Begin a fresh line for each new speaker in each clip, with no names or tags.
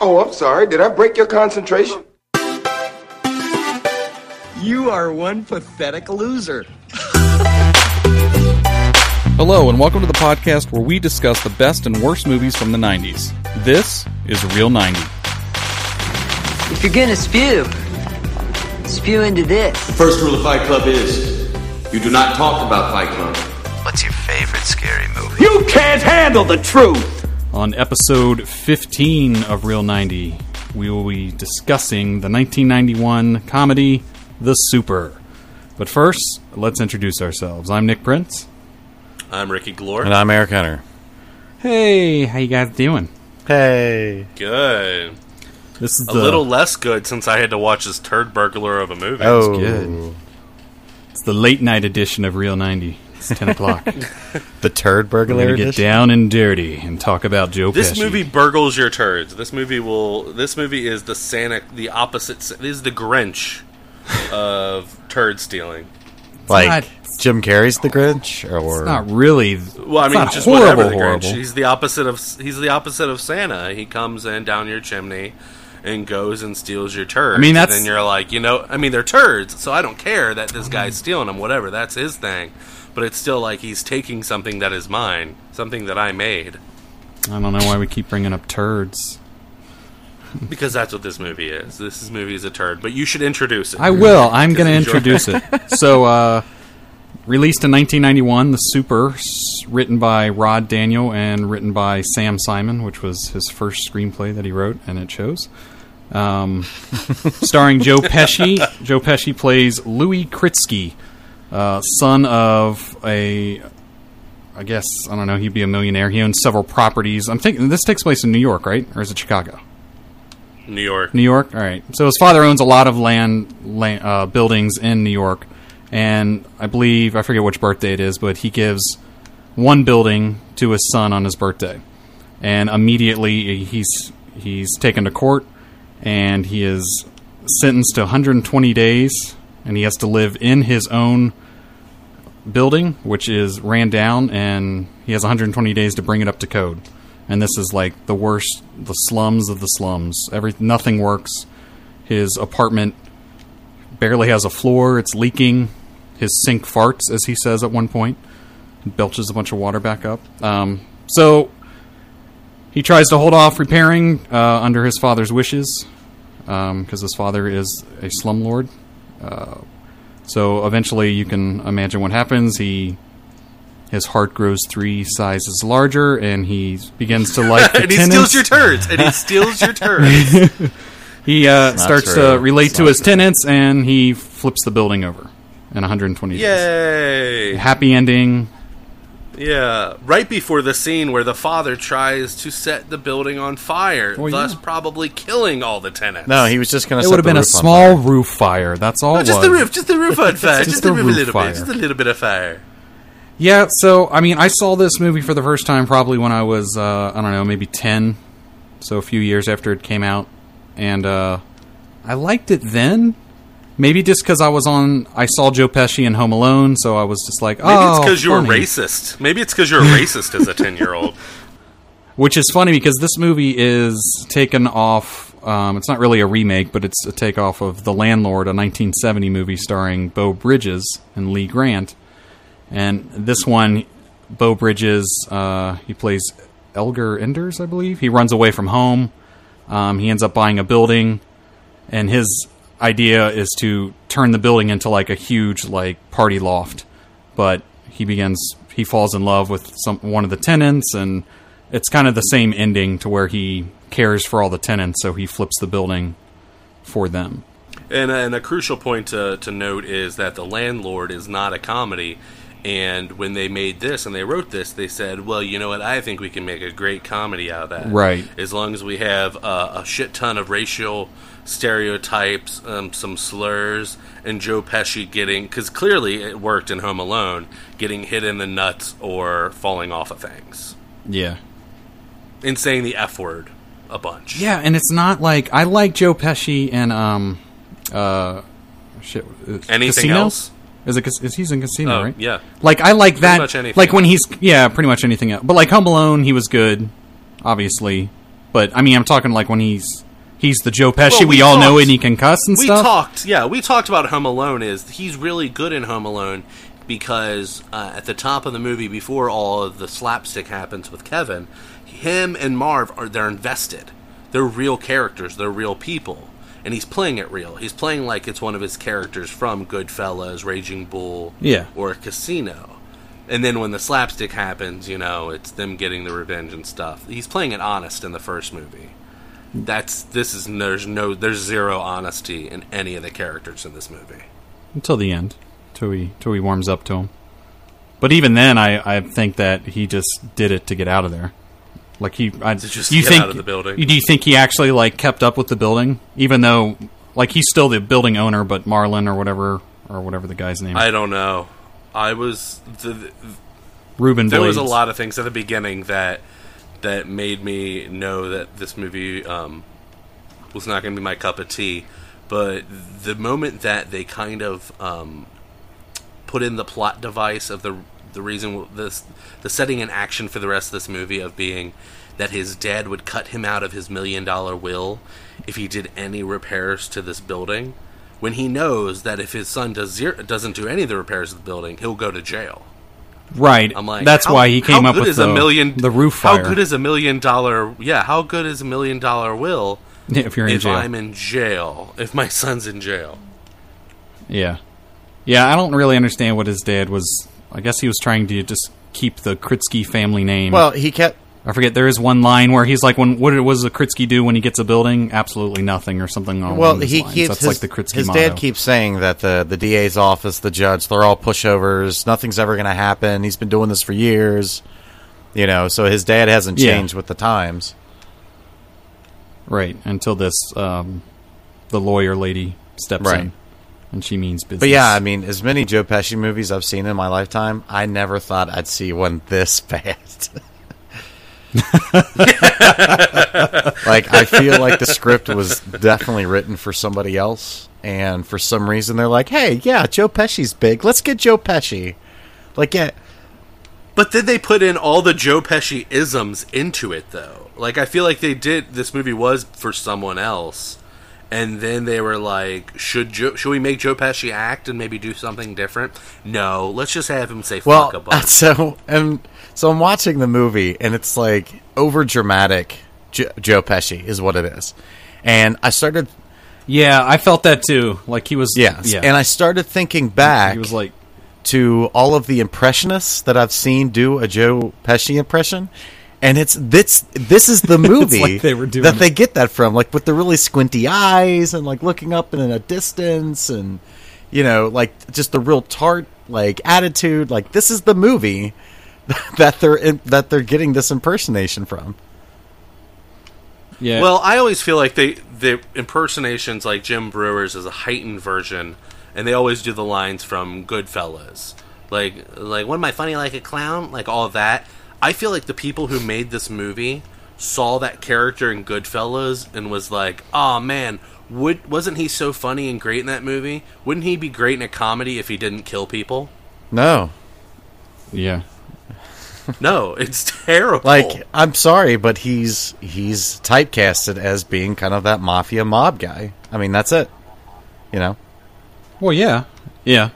Oh, I'm sorry. Did I break your concentration?
You are one pathetic loser.
Hello, and welcome to the podcast where we discuss the best and worst movies from the 90s. This is Real 90.
If you're gonna spew, spew into this.
First rule of Fight Club is you do not talk about Fight Club.
What's your favorite scary movie?
You can't handle the truth.
On episode 15 of Real 90, we will be discussing the 1991 comedy The Super. But first, let's introduce ourselves. I'm Nick Prince.
I'm Ricky Glore.
And I'm Eric Hunter.
Hey, how you guys doing?
Hey.
Good.
This is
A
the-
little less good since I had to watch this turd burglar of a movie.
Oh.
good. It's the late night edition of Real 90. It's 10 o'clock.
The turd
We're
burglar
going to get
edition?
down and dirty and talk about Joe
This
Pesci.
movie burgles your turds. This movie will. This movie is the Santa, the opposite. This is the Grinch of turd stealing.
Like
not-
Jim Carrey's The Grinch? Or
It's not really.
Well, I
it's
mean,
not
just
horrible,
whatever the Grinch.
horrible.
He's the opposite of. He's the opposite of Santa. He comes in down your chimney and goes and steals your turds.
I mean, that's-
and then you're like, you know, I mean, they're turds, so I don't care that this guy's stealing them. Whatever, that's his thing. But it's still like he's taking something that is mine, something that I made,
I don't know why we keep bringing up turds.
because that's what this movie is. This is- movie is a turd, but you should introduce it.
I will. I'm going to
Because it's
introduce it. So, uh, released in 1991, The Super, s- written by Rod Daniel and written by Sam Simon, which was his first screenplay that he wrote, and it shows. Um, starring Joe Pesci. Joe Pesci plays Louis Kritsky, uh, son of a. I guess I don't know. He'd be a millionaire. He owns several properties. I'm thinking this takes place in New York, right, or is it Chicago?
New York.
New York. All right. So his father owns a lot of land, land uh, buildings in New York, and I believe I forget which birthday it is, but he gives one building to his son on his birthday, and immediately he's he's taken to court, and he is sentenced to 120 days, and he has to live in his own building, which is ran down, and he has 120 days to bring it up to code. And this is like the worst, the slums of the slums. Every nothing works. His apartment barely has a floor. It's leaking. His sink farts, as he says at one point, and belches a bunch of water back up. Um, so he tries to hold off repairing uh, under his father's wishes, because his father is a slumlord. Uh, So eventually, you can imagine what happens. He, his heart grows three sizes larger, and he begins to like the
and he
tenants.
steals your turds. And he steals your turds.
he uh, starts to
true.
relate
It's
to
not
his tenants, and he flips the building over in 120 days.
Yay!
Happy ending.
Yeah, right before the scene where the father tries to set the building on fire,
Well,
thus
yeah.
probably killing all the tenants.
no, Oh, he was just going to
It would have been a small roof fire. That's all.
Oh,
it
just
was.
the roof, just the roof on fire,
Just
just,
the
the roof a
roof
little
fire.
bit, just a little bit of fire.
Yeah, so I mean, I saw this movie for the first time probably when I was uh, I don't know, maybe ten, so a few years after it came out, and uh, I liked it then. Maybe just because I was on, I saw Joe Pesci in Home Alone, so I was just like, oh,
Maybe it's because you were
funny."
racist. Maybe it's because you're racist as a ten-year-old.
Which is funny because this movie is taken off. Um, it's not really a remake, but it's a takeoff of The Landlord, a 1970 movie starring Bo Bridges and Lee Grant. And this one, Bo Bridges, uh, he plays Elgar Enders, I believe. He runs away from home. Um, he ends up buying a building, and his idea is to turn the building into like a huge like party loft. But he begins he falls in love with some one of the tenants, and it's kind of the same ending to where he cares for all the tenants, so he flips the building for them.
And, and a crucial point to, to note is that The Landlord is not a comedy. And when they made this and they wrote this, they said, well, you know what? I think we can make a great comedy out of that.
Right.
As long as we have uh, a shit ton of racial stereotypes, um, some slurs, and Joe Pesci getting, because clearly it worked in Home Alone, getting hit in the nuts or falling off of things.
Yeah,
And saying the F word a bunch.
Yeah, and it's not like I like Joe Pesci and um, uh, shit. uh,
Anything
Casino?
else?
Is it? Cas- Is he's in Casino,
Oh,
right?
yeah.
Like I like that.
much anything
like when he's yeah, pretty much anything else. But like Home Alone, he was good, obviously. But I mean, I'm talking like when he's he's the Joe Pesci
Well,
we,
we
all know,
talked-
and he can cuss and
we
stuff.
talked yeah we talked about home alone is he's really good in home alone because uh, at the top of the movie before all of the slapstick happens with kevin him and marv are they're invested they're real characters they're real people and he's playing it real he's playing like it's one of his characters from goodfellas raging bull
Yeah.
or casino and then when the slapstick happens you know it's them getting the revenge and stuff he's playing it honest in the first movie that's this is no, there's no there's zero honesty in any of the characters in this movie.
until the end, till he till he warms up to him. But even then, I, I think that he just did it to get out of there. Like he, I,
just
you
get
think
out of the building.
Do you think he actually like kept up with the building, even though like he's still the building owner, but Marlin or whatever or whatever the guy's name,
I don't know. I was th th-
Ruben.
there was a
Blades.
lot of things at the beginning that that made me know that this movie um, was not going to be my cup of tea. But the moment that they kind of um, put in the plot device of the the reason w- this the setting in action for the rest of this movie of being that his dad would cut him out of his million dollar will if he did any repairs to this building when he knows that if his son does zero, doesn't do any of the repairs to the building he'll go to jail
Right.
I'm like,
that's
how-
why he came
how
up
good
with
is
the,
a million,
the roof fire.
How good is a million dollar? Yeah, how good is a million dollar will
if you're in
if
jail?
I'm in jail? If my son's in jail,
yeah, yeah. I don't really understand what his dad was. I guess he was trying to just keep the Kritsky family name.
Well, he kept.
I forget. There is one line where he's like, "When what does a Kritsky do when he gets a building? Absolutely nothing, or something." Along
Well,
those
he
lines.
keeps
That's
his,
like the Kritsky
his
motto.
dad keeps saying that the the DA's office, the judge, they're all pushovers. Nothing's ever going to happen. He's been doing this for years. You know, so his dad hasn't
Yeah.
changed with the times.
right until this um, the lawyer lady steps
Right.
in, and she means business.
But yeah, I mean, as many Joe Pesci movies I've seen in my lifetime, I never thought I'd see one this bad. like I feel like the script was definitely written for somebody else, and for some reason they're like, "Hey, yeah, Joe Pesci's big. Let's get Joe Pesci." Like, yeah,
but then they put in all the Joe Pesci isms into it, though. Like I feel like they did. This movie was for someone else, and then they were like, "Should Joe, should we make Joe Pesci act and maybe do something different? No, let's just have him say
well,
fuck a bunch."
so and so I'm watching the movie, and it's like over dramatic. Jo- Joe Pesci is what it is, and I started,
yeah, I felt that too. Like he was,
yeah,
yeah,
and I started thinking back.
he was like,
to all of the impressionists that I've seen do a Joe Pesci impression. And it's this this is the movie
like they were doing
that
it.
they get that from, like with the really squinty eyes and like looking up and in a distance and you know, like just the real tart like attitude. Like this is the movie that they're that they're getting this impersonation from.
yeah,
Well, I always feel like they the impersonations like Jim Brewer's is a heightened version, and they always do the lines from Goodfellas, like like what am I funny like a clown, like all that. I feel like the people who made this movie saw that character in Goodfellas and was like, oh man, would wasn't he so funny and great in that movie? Wouldn't he be great in a comedy if he didn't kill people?
No.
yeah.
No, it's terrible.
Like I'm sorry, but he's he's typecasted as being kind of that mafia mob guy. I mean, that's it. You know.
Well, yeah, yeah.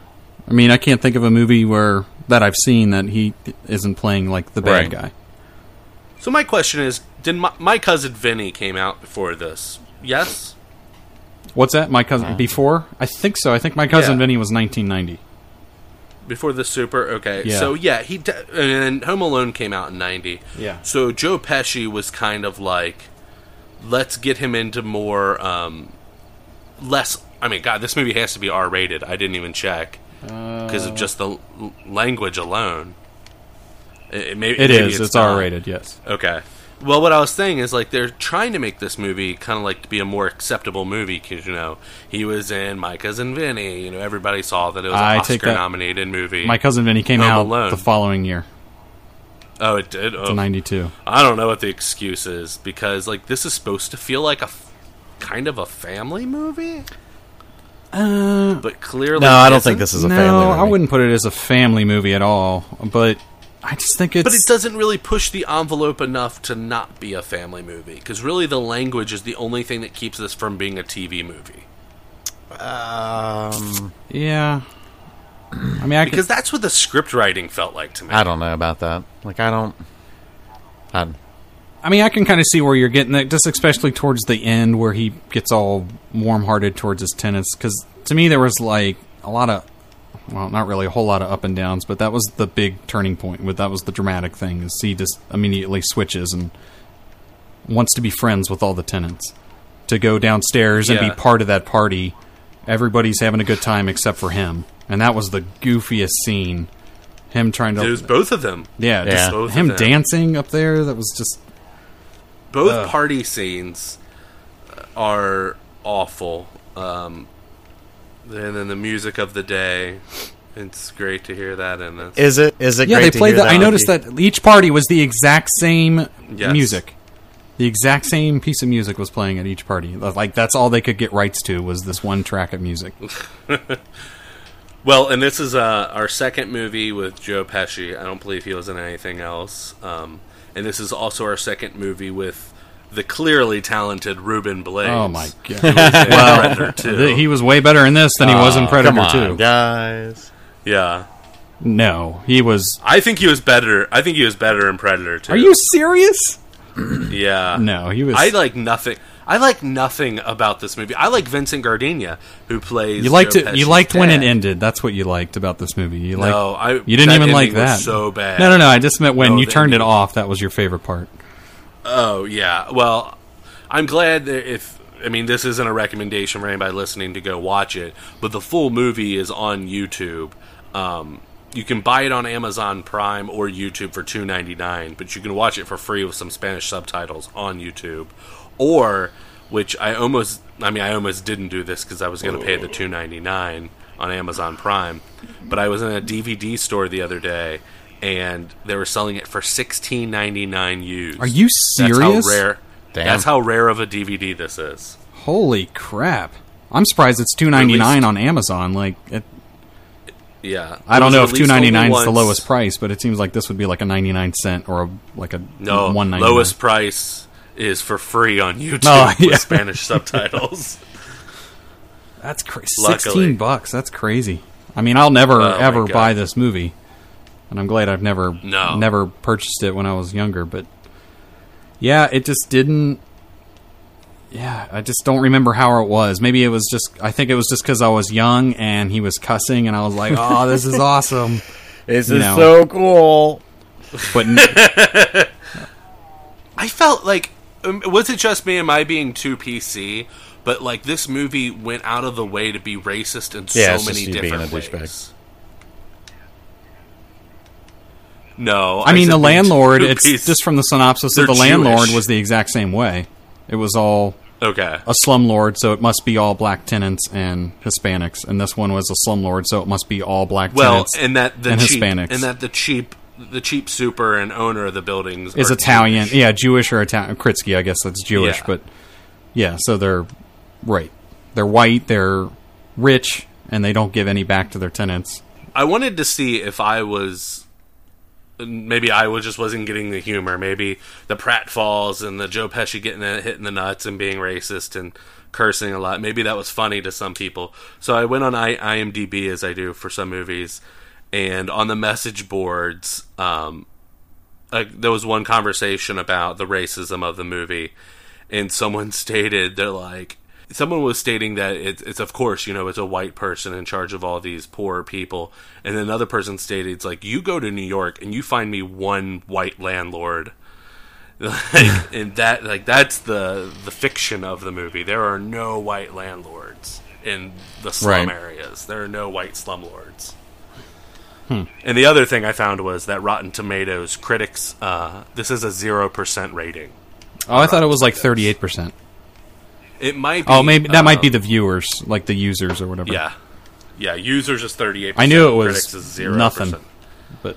I mean, I can't think of a movie where that I've seen that he isn't playing like the bad
Right.
guy.
so my question is, did my, my cousin Vinny came out before this? Yes.
What's that? My cousin before? I think so. I think my cousin
Yeah.
Vinny was 1990.
Before the Super, okay.
Yeah.
So yeah, he de- and Home Alone came out in '90.
Yeah.
So Joe Pesci was kind of like, let's get him into more, um, less. I mean, God, this movie has to be R-rated. I didn't even check
Uh,
because of just the l- language alone. It, it may,
It
maybe
is. It's,
not.
R-rated. Yes.
Okay. Well, what I was saying is like they're trying to make this movie kind of like to be a more acceptable movie because you know he was in My Cousin Vinny. You know everybody saw that it was an
I take that-
Oscar-nominated movie.
My cousin Vinny came
Home
out
Alone.
the following year,
Oh, it did. Oh,
the 92.
I don't know what the excuse is because like this is supposed to feel like a f- kind of a family movie,
Uh,
but clearly
No, I don't
isn't.
think this is a
no,
family movie.
I wouldn't put it as a family movie at all. But I just think it's
But it doesn't really push the envelope enough to not be a family movie, because really the language is the only thing that keeps this from being a TV movie.
Um,
yeah. I mean, I could,
Because that's what the script writing felt like to me.
I don't know about that. Like, I don't. I don't
I mean, I can kind of see where you're getting that, just especially towards the end where he gets all warm-hearted towards his tenants. Because to me, there was like a lot of, well, not really a whole lot of up and downs, but that was the big turning point. With that was the dramatic thing is he just immediately switches and wants to be friends with all the tenants, to go downstairs and
Yeah.
be part of that party. Everybody's having a good time except for him, and that was the goofiest scene. Him trying to,
It was both of them.
yeah,
Yeah.
just
Both of
him
them.
dancing up there. That was just
both party scenes are awful. Um, and then the music of the day. It's great to hear that in this.
Is it? Is it?
Yeah,
great
they
to
played
hear
that. I noticed that each party was the exact same
Yes.
music. The exact same piece of music was playing at each party. Like that's all they could get rights to was this one track of music.
well, and this is uh, our second movie with Joe Pesci. I don't believe he was in anything else. Um, and this is also our second movie with the clearly talented Ruben Blades.
Oh my
who
god!
was in Predator 2.
Th- he was way better in this than he was
Oh,
Ah,
in Predator
Come on,
Two.
guys.
yeah,
No, he was.
I think he was better. I think he was better in Predator 2.
Are you serious?
Yeah.
No, he was.
I like nothing. I like nothing about this movie. I like Vincent Gardenia, who plays.
you liked
Joe
it. You
Pesci's
liked when it
dad.
ended. That's what you liked about this movie. You like.
No, I.
you didn't
that
even like
ending was
that.
So bad.
No, no, no. I just meant when
No,
you
the
turned it
ending-
off. That was your favorite part.
Oh yeah. Well, I'm glad that if I mean this isn't a recommendation for anybody listening to go watch it, but the full movie is on YouTube. Um, you can buy it on Amazon Prime or YouTube for two ninety nine, but you can watch it for free with some Spanish subtitles on YouTube, or which I almost I mean I almost didn't do this because I was going to pay the two ninety nine on Amazon Prime, but I was in a DVD store the other day. And they were selling it for sixteen ninety nine used.
Are you serious?
That's how rare.
Damn.
That's how rare of a DVD this is.
Holy crap! I'm surprised it's two ninety nine on Amazon. Like, it,
Yeah,
I
It
don't
was
know if
released
two ninety nine is the
only
lowest
once.
price, but it seems like this would be like a ninety nine cent or a like a
No,
one ninety
lowest price is for free on YouTube
Oh, yeah.
with Spanish subtitles.
That's crazy.
Luckily.
Sixteen bucks. That's crazy. I mean, I'll never
Oh, my
ever
God.
buy this movie, and I'm glad I've never
No.
never purchased it when I was younger. But yeah, it just didn't. Yeah, I just don't remember how it was. Maybe it was just. I think it was just because I was young and he was cussing, and I was like, "Oh, this is awesome."
This
You
is
know.
so cool.
But
I felt like um, was it just me? Am I being too PC? But like this movie went out of the way to be racist in
Yeah, it's just
so many
you being
different
a douchebag.
ways. No,
I mean,
said
the
being
landlord.
too
It's
PC.
just from the synopsis
They're
that the landlord
Jewish.
was the exact same way. It was all
okay.
a slumlord, so it must be all black tenants and Hispanics. And this one was a slumlord, so it must be all black
Well,
tenants
and that the
and
cheap,
Hispanics.
and that the cheap, the cheap super and owner of the buildings
is
are
Italian.
Jewish.
Yeah, Jewish or Italian. Kritsky, I guess that's Jewish,
Yeah.
but yeah, so they're right. They're white, they're rich, and they don't give any back to their tenants.
I wanted to see if I was, maybe I was just wasn't getting the humor. Maybe the Falls and the Joe Pesci getting the, hitting the nuts and being racist and cursing a lot. Maybe that was funny to some people. So I went on I- IMDb as I do for some movies, and on the message boards, um, uh, there was one conversation about the racism of the movie, and someone stated they're like someone was stating that it's, it's of course you know it's a white person in charge of all these poor people, and another person stated it's like you go to New York and you find me one white landlord. like, and that like that's the the fiction of the movie. There are no white landlords in the slum
Right.
areas. There are no white slumlords. And the other thing I found was that Rotten Tomatoes critics, uh, this is a zero percent rating.
Oh, I thought it was like 38%.
It might. be...
Oh, maybe that might be
um,
the viewers, like the users or whatever.
Yeah, yeah. Users is thirty eight.
I knew it was
critics is zero
nothing. But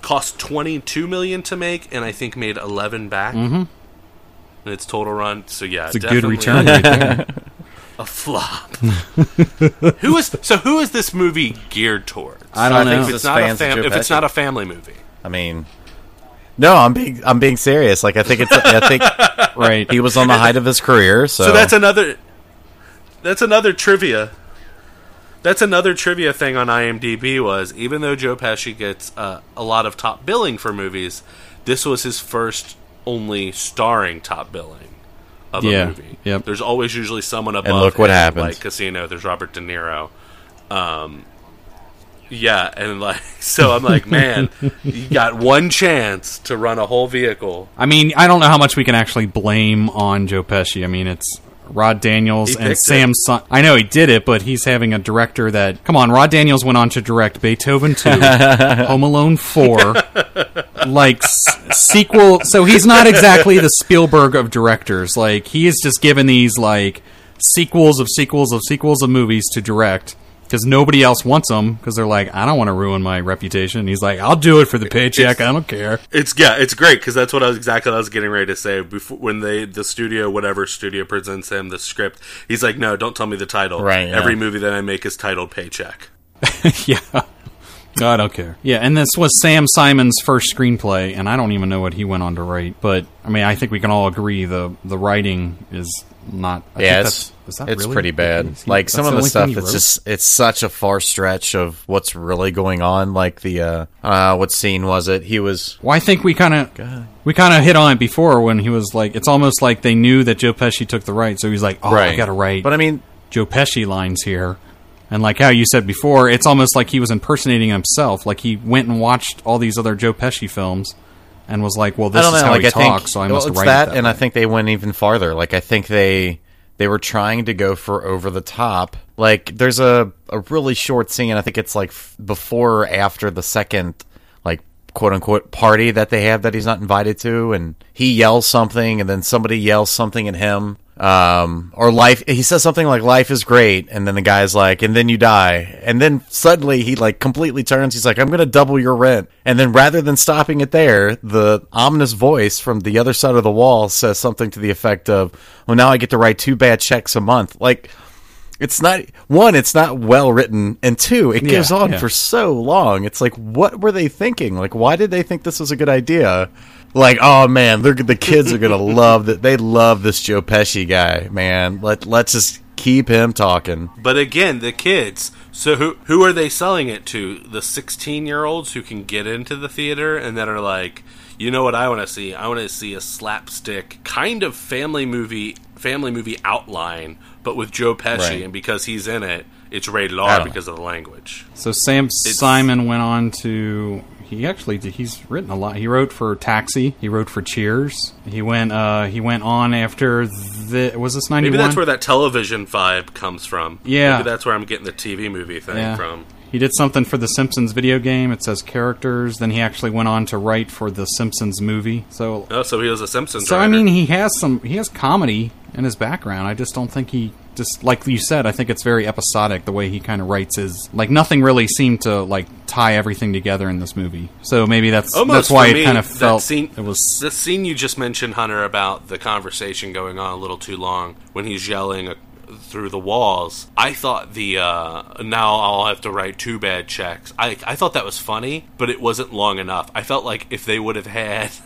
Cost twenty two million to make, and I think made eleven back. In its total run. So yeah,
Mm-hmm. it's a good
definitely-
return right there.
a flop. who is so? Who is this movie geared towards?
I don't
I think
know.
if
Just
it's not a
fans of
fam-
Joe
if it's
Pesci.
not a family movie.
I mean, no, I'm being I'm being serious. Like I think it's I think
right.
he was on the height of his career. So,
So that's another. That's another trivia. That's another trivia thing on IMDb was even though Joe Pesci gets uh, a lot of top billing for movies, this was his first only starring top billing of
Yeah,
a movie.
yep.
There's always usually someone above.
look what
him,
happened.
Like Casino, there's Robert De Niro. Um, yeah, and like so, I'm like, man, you got one chance to run a whole vehicle.
I mean, I don't know how much we can actually blame on Joe Pesci. I mean, it's Rod Daniels
He
and
picked
Sam. Son- I know he did it, but he's having a director that. Come on, Rod Daniels went on to direct Beethoven Two, Home Alone Four, like s- sequel. So he's not exactly the Spielberg of directors. Like he is just given these like sequels of sequels of sequels of movies to direct. Because nobody else wants them, because they're like, I don't want to ruin my reputation. He's like, I'll do it for the paycheck. I don't care.
It's yeah, it's great because that's what I was exactly what I was getting ready to say before when they the studio whatever studio presents him the script. He's like, no, don't tell me the title.
Right, yeah.
Every movie that I make is titled Paycheck.
yeah. No, I don't care. Yeah, and this was Sam Simon's first screenplay, and I don't even know what he went on to write. But I mean, I think we can all agree the the writing is not. I
yeah,
think
it's,
that's- is that
it's
really-
pretty bad.
is he-
like
that's
some of the
only thing
stuff,
he
it's
wrote?
just it's such a far stretch of what's really going on. Like the uh, uh what scene was it? He was
Well, I think we kind of we kind of hit on it before when he was like, it's almost like they knew that Joe Pesci took the right, so he's like, oh, I got to write.
But I mean,
Joe Pesci lines here. And like how you said before, it's almost like he was impersonating himself. Like he went and watched all these other Joe Pesci films and was like, "Well, this
I don't
is
know.
how
like
he
I think
talks, so I must
well, it's
write
that,
it that
and
way.
I think they went even farther. Like I think they they were trying to go for over the top. Like there's a a really short scene. I think it's like f- before or after the second like quote unquote party that they have that he's not invited to, and he yells something, and then somebody yells something at him. Um, or life, he says something like life is great. And then the guy's like, and then you die. And then suddenly he like completely turns. He's like, I'm going to double your rent. And then rather than stopping it there, the ominous voice from the other side of the wall says something to the effect of, well, now I get to write two bad checks a month. Like it's not one, it's not well written. And two, it goes on
yeah.
for so long. It's like, what were they thinking? Like, why did they think this was a good idea? Like, oh man, they're, the kids are gonna love that. They love this Joe Pesci guy, man. Let let's just keep him talking.
But again, the kids. So who who are they selling it to? The sixteen year olds who can get into the theater and that are like, you know what I want to see? I want to see a slapstick kind of family movie, family movie outline, but with Joe Pesci,
Right. Oh.
and because he's in it, it's rated
I
R
don't know.
because of the language.
so Sam Simon went on to he actually did, he's written a lot. He wrote for Taxi, he wrote for Cheers. He went uh he went on after the was this ninety
Maybe
one?
that's where that television vibe comes from.
Yeah.
Maybe that's where I'm getting the TV movie thing from.
He did something for the Simpsons video game. It says characters. Then he actually went on to write for the Simpsons movie. So
Oh, so he was a Simpsons.
So I
writer.
mean, he has some. He has comedy in his background. I just don't think he just like you said. I think it's very episodic the way he kind of writes his. Like nothing really seemed to like tie everything together in this movie. So maybe that's that's
Almost
why
for
it
me,
kind of
that
felt
scene,
it was.
the scene you just mentioned, Hunter, about the conversation going on a little too long when he's yelling uh, through the walls. I thought the uh, now I'll have to write two bad checks. I I thought that was funny, but it wasn't long enough. I felt like if they would have had.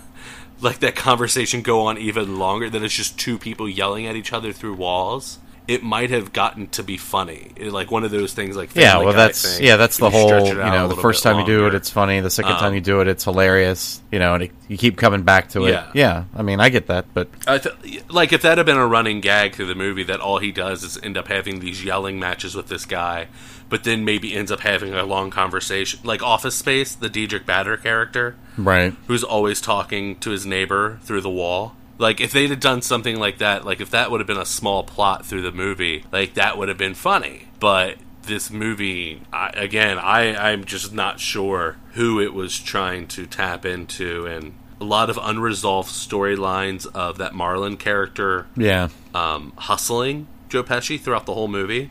Like that conversation go on even longer. That it's just two people yelling at each other through walls. It might have gotten to be funny, It- like one of those things. Like
Yeah,
Family
well,
Guy
that's
thing.
yeah, that's the
If you stretch
whole.
it
You
out a
know, the
little
first
bit
time you do it,
longer. Um,
it's funny. The second time you do it, it's hilarious. You know, and it, you keep coming back to it.
Yeah.
yeah. I mean, I get that, but
I th- like if that had been a running gag through the movie that all he does is end up having these yelling matches with this guy, but then maybe ends up having a long conversation, like Office Space, the Diedrich Bader character,
right.
who's always talking to his neighbor through the wall. Like if they'd have done something like that, like if that would have been a small plot through the movie, like that would have been funny. But this movie, I, again, I I'm just not sure who it was trying to tap into, and a lot of unresolved storylines of that Marlin character
Yeah,
um, hustling Joe Pesci throughout the whole movie,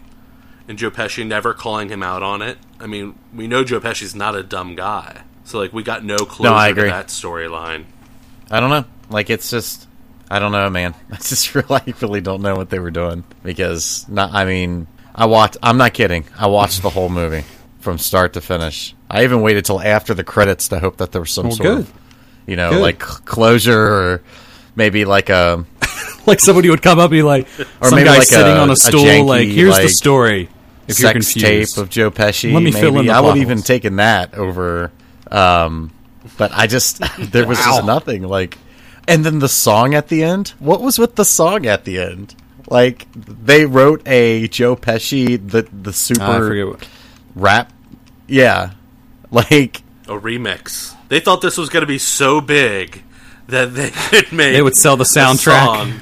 and Joe Pesci never calling him out on it. I mean, we know Joe Pesci's not a dumb guy, so like we got no closure
I agree.
to that storyline.
I don't know. Like it's just. I don't know, man. I just really, I really don't know what they were doing because not. I mean, I watched. I'm not kidding. I watched the whole movie from start to finish. I even waited till after the credits to hope that there was some
Well,
sort
good.
of, you know,
Good.
like c- closure or maybe like um, a
like somebody would come up and be like,
Or
some
maybe
guy
like
sitting
a-
on
a
a stool,
janky,
like, here's the
like,
story. If you're
sex tape
confused, Uh,
of Joe Pesci.
Let me fill in
maybe.
the
I would
plot
even
holes.
taken that over. Um, but I just there was just nothing like. And then the song at the end. What was with the song at the end? Like they wrote a Joe Pesci the the super
Ah, I forget what.
rap. Yeah, like
A remix. They thought this was going to be so big that they could make
They would sell the
a
soundtrack.
song.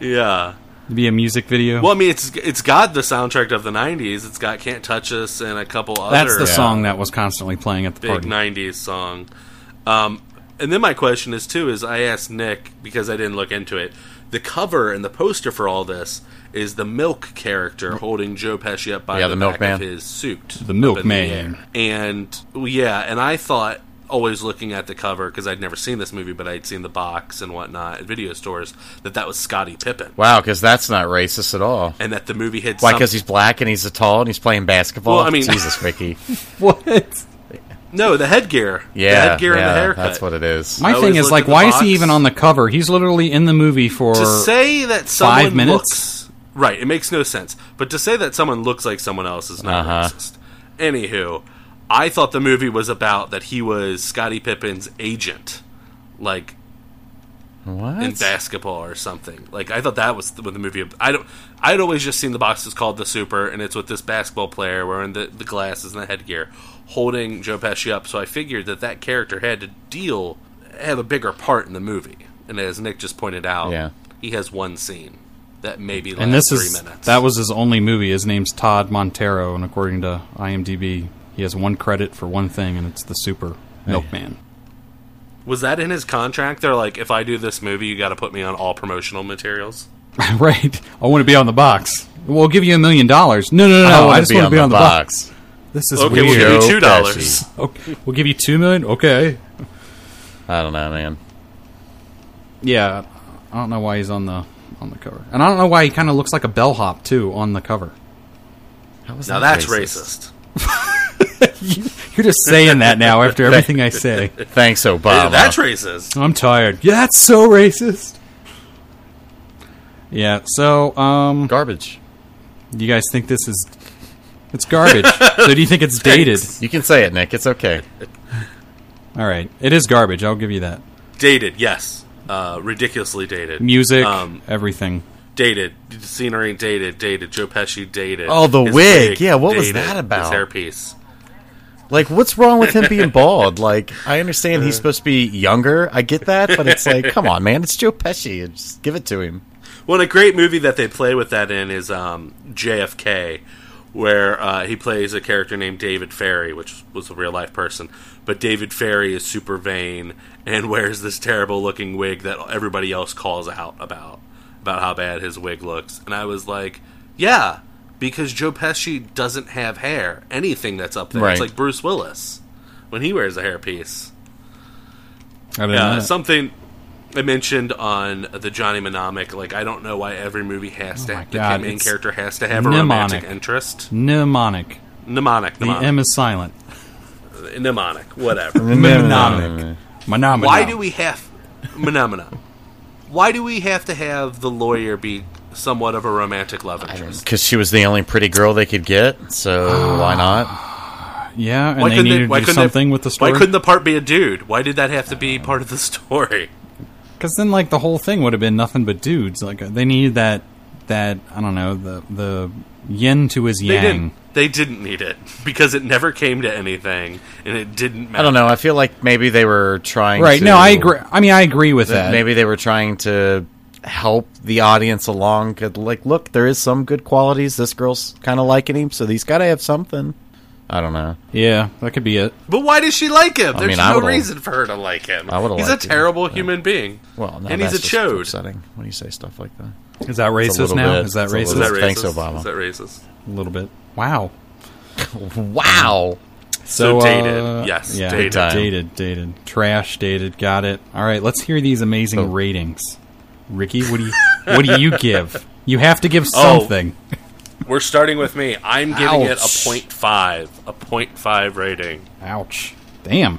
Yeah.
It'd be a music video.
Well, I mean, it's it's got the soundtrack of the '90s. It's got "Can't Touch Us" and a couple
That's
other
the song that was constantly playing at the
big
party.
'90s song. Um, and then my question is too: is I asked Nick because I didn't look into it. The cover and the poster for all this is the milk character holding Joe Pesci up by
Yeah,
the,
the
back
milkman.
of his suit.
The
up in
milkman.
air. And well, yeah, and I thought always looking at the cover because I'd never seen this movie, but I'd seen the box and whatnot at video stores that that was Scottie Pippen.
wow, because that's not racist at all.
And that the movie had
Why?
some-
Because he's black and he's a tall and he's playing basketball.
Well, I mean-
Jesus, Vicky.
What?
No, the headgear.
Yeah,
the headgear
yeah,
and the haircut.
That's what it is.
My
I
thing
always
is
look
like,
at the
why is
box.
he even on the cover? He's literally in the movie for.
to say that someone
five minutes?
looks right, it makes no sense. But to say that someone looks like someone else is not
Uh-huh.
racist. Anywho, I thought the movie was about that he was Scottie Pippen's agent, like
What?
in basketball or something. Like I thought that was the, what the movie. I don't. I'd always just seen the box is called the Super, and it's with this basketball player wearing the, the glasses and the headgear, holding Joe Pesci up. So I figured that that character had to deal have a bigger part in the movie. And as Nick just pointed out,
Yeah.
he has one scene that maybe lasts
and this
three
is
minutes.
that was his only movie. His name's Todd Montero, and according to IMDb, he has one credit for one thing, and it's the Super Milkman.
was that in his contract. They're like, if I do this movie, you got to put me on all promotional materials.
right? I want to be on the box. We'll give you a million dollars. No, no, no, no. I,
wanna
just want to be on the box. This is
Okay,
weird.
we'll give
Joe
you two dollars.
Pesci.
Okay, we'll give you two million. Okay.
I don't know, man.
Yeah, I don't know why he's on the on the cover, and I don't know why he kind of looks like a bellhop too on the cover.
Now that's racist.
You're just saying that now after everything I say.
Thanks, Obama.
That's racist.
I'm tired. Yeah, that's so racist. Yeah. So, um,
garbage.
you guys think this is it's garbage? so, do you think it's dated?
You can say it, Nick. It's okay.
All right, it is garbage. I'll give you that.
Dated, yes. Uh, ridiculously dated.
Music,
Um,
everything.
dated. The scenery dated. Dated. Joe Pesci dated.
Oh, the
His
wig. Yeah, what was that
His
about?
hairpiece.
Like, what's wrong with him being bald? Like, I understand he's supposed to be younger. I get that, but it's like, come on, man. It's Joe Pesci. Just give it to him.
Well, and a great movie that they play with that in is um, JFK, where uh, he plays a character named David Ferry, which was a real life person. But David Ferry is super vain and wears this terrible looking wig that everybody else calls out about about how bad his wig looks. And I was like, yeah, because Joe Pesci doesn't have hair. Anything that's up there,
Right.
it's like Bruce Willis when he wears a hairpiece.
I don't
Yeah,
know.
something I mentioned on the Johnny Mnemonic. Like, I don't know why every movie has to
Oh my
have, the
God,
main
it's
character has to have a
mnemonic.
romantic interest.
mnemonic.
Mnemonic,
The
mnemonic,
M is silent.
mnemonic, whatever.
Mm.
Mnemonic. Mnemonic.
why do we have mnemonic? Why do we have to have the lawyer be somewhat of a romantic love interest?
Because she was the only pretty girl they could get, so why not?
Yeah, and
Why
they
couldn't
needed
why
to do
couldn't
something with the story.
Why couldn't the part be a dude? Why did that have to be part of the story?
Because then, like, the whole thing would have been nothing but dudes. Like, they needed that that I don't know the the yin to his
They
yang.
didn't. They didn't need it because it never came to anything, and it didn't matter.
I don't know. I feel like maybe they were trying
Right?
to.
No, I agree. I mean, I agree with that.
Maybe they were trying to help the audience along. Could like, look, there is some good qualities. This girl's kind of liking him, so he's got to have something. I don't know.
Yeah, that could be it.
But why does she like him? There's
mean, I
no
would've-
reason for her to like him.
I would've
He's
liked
a
him,
terrible
but-
human being.
Well, no,
and he's a
that's just
chode.
upsetting when you say stuff like that.
Is that
It's
racist
a little
now?
bit.
Is that
It's a
racist?
Is that racist?
Thanks, Obama.
Is that racist?
A little bit. Wow.
Wow.
So,
uh,
dated. Yes,
yeah,
dated.
time.
dated, dated, trash, dated. Got it. All right, let's hear these amazing ratings. Ricky, what do you what do you give? You have to give
Oh.
something.
We're starting with me. I'm giving it
Ouch.
a point five, a point five rating.
Ouch. Damn.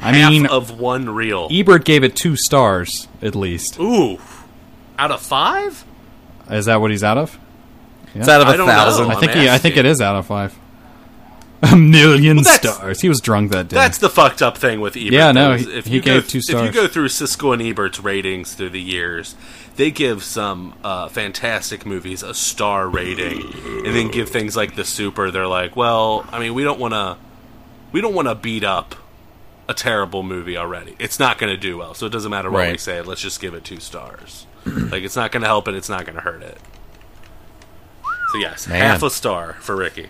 I
Half
mean,
of one reel.
e
Ebert gave it two stars at least.
Ooh, out of five?
Is that what he's out of?
It's out of
I
a
don't know.
thousand.
I'm
I think he, I think
asking.
it is out of five. A million
that's-
stars. He was drunk that day.
That's the fucked up thing with Ebert.
Yeah, no,
though, is
he-
if
he
you go,
gave two
If
stars.
you go through Siskel and Ebert's ratings through the years, they give some uh, fantastic movies a star rating, and then give things like The Super. They're like, well, I mean, we don't want to, we don't want to beat up a terrible movie already. It's not going to do well, so it doesn't matter what we
Right.
say. Let's just give it two stars. like it's not going to help it. It's not going to hurt it. So yes, half a star for Ricky.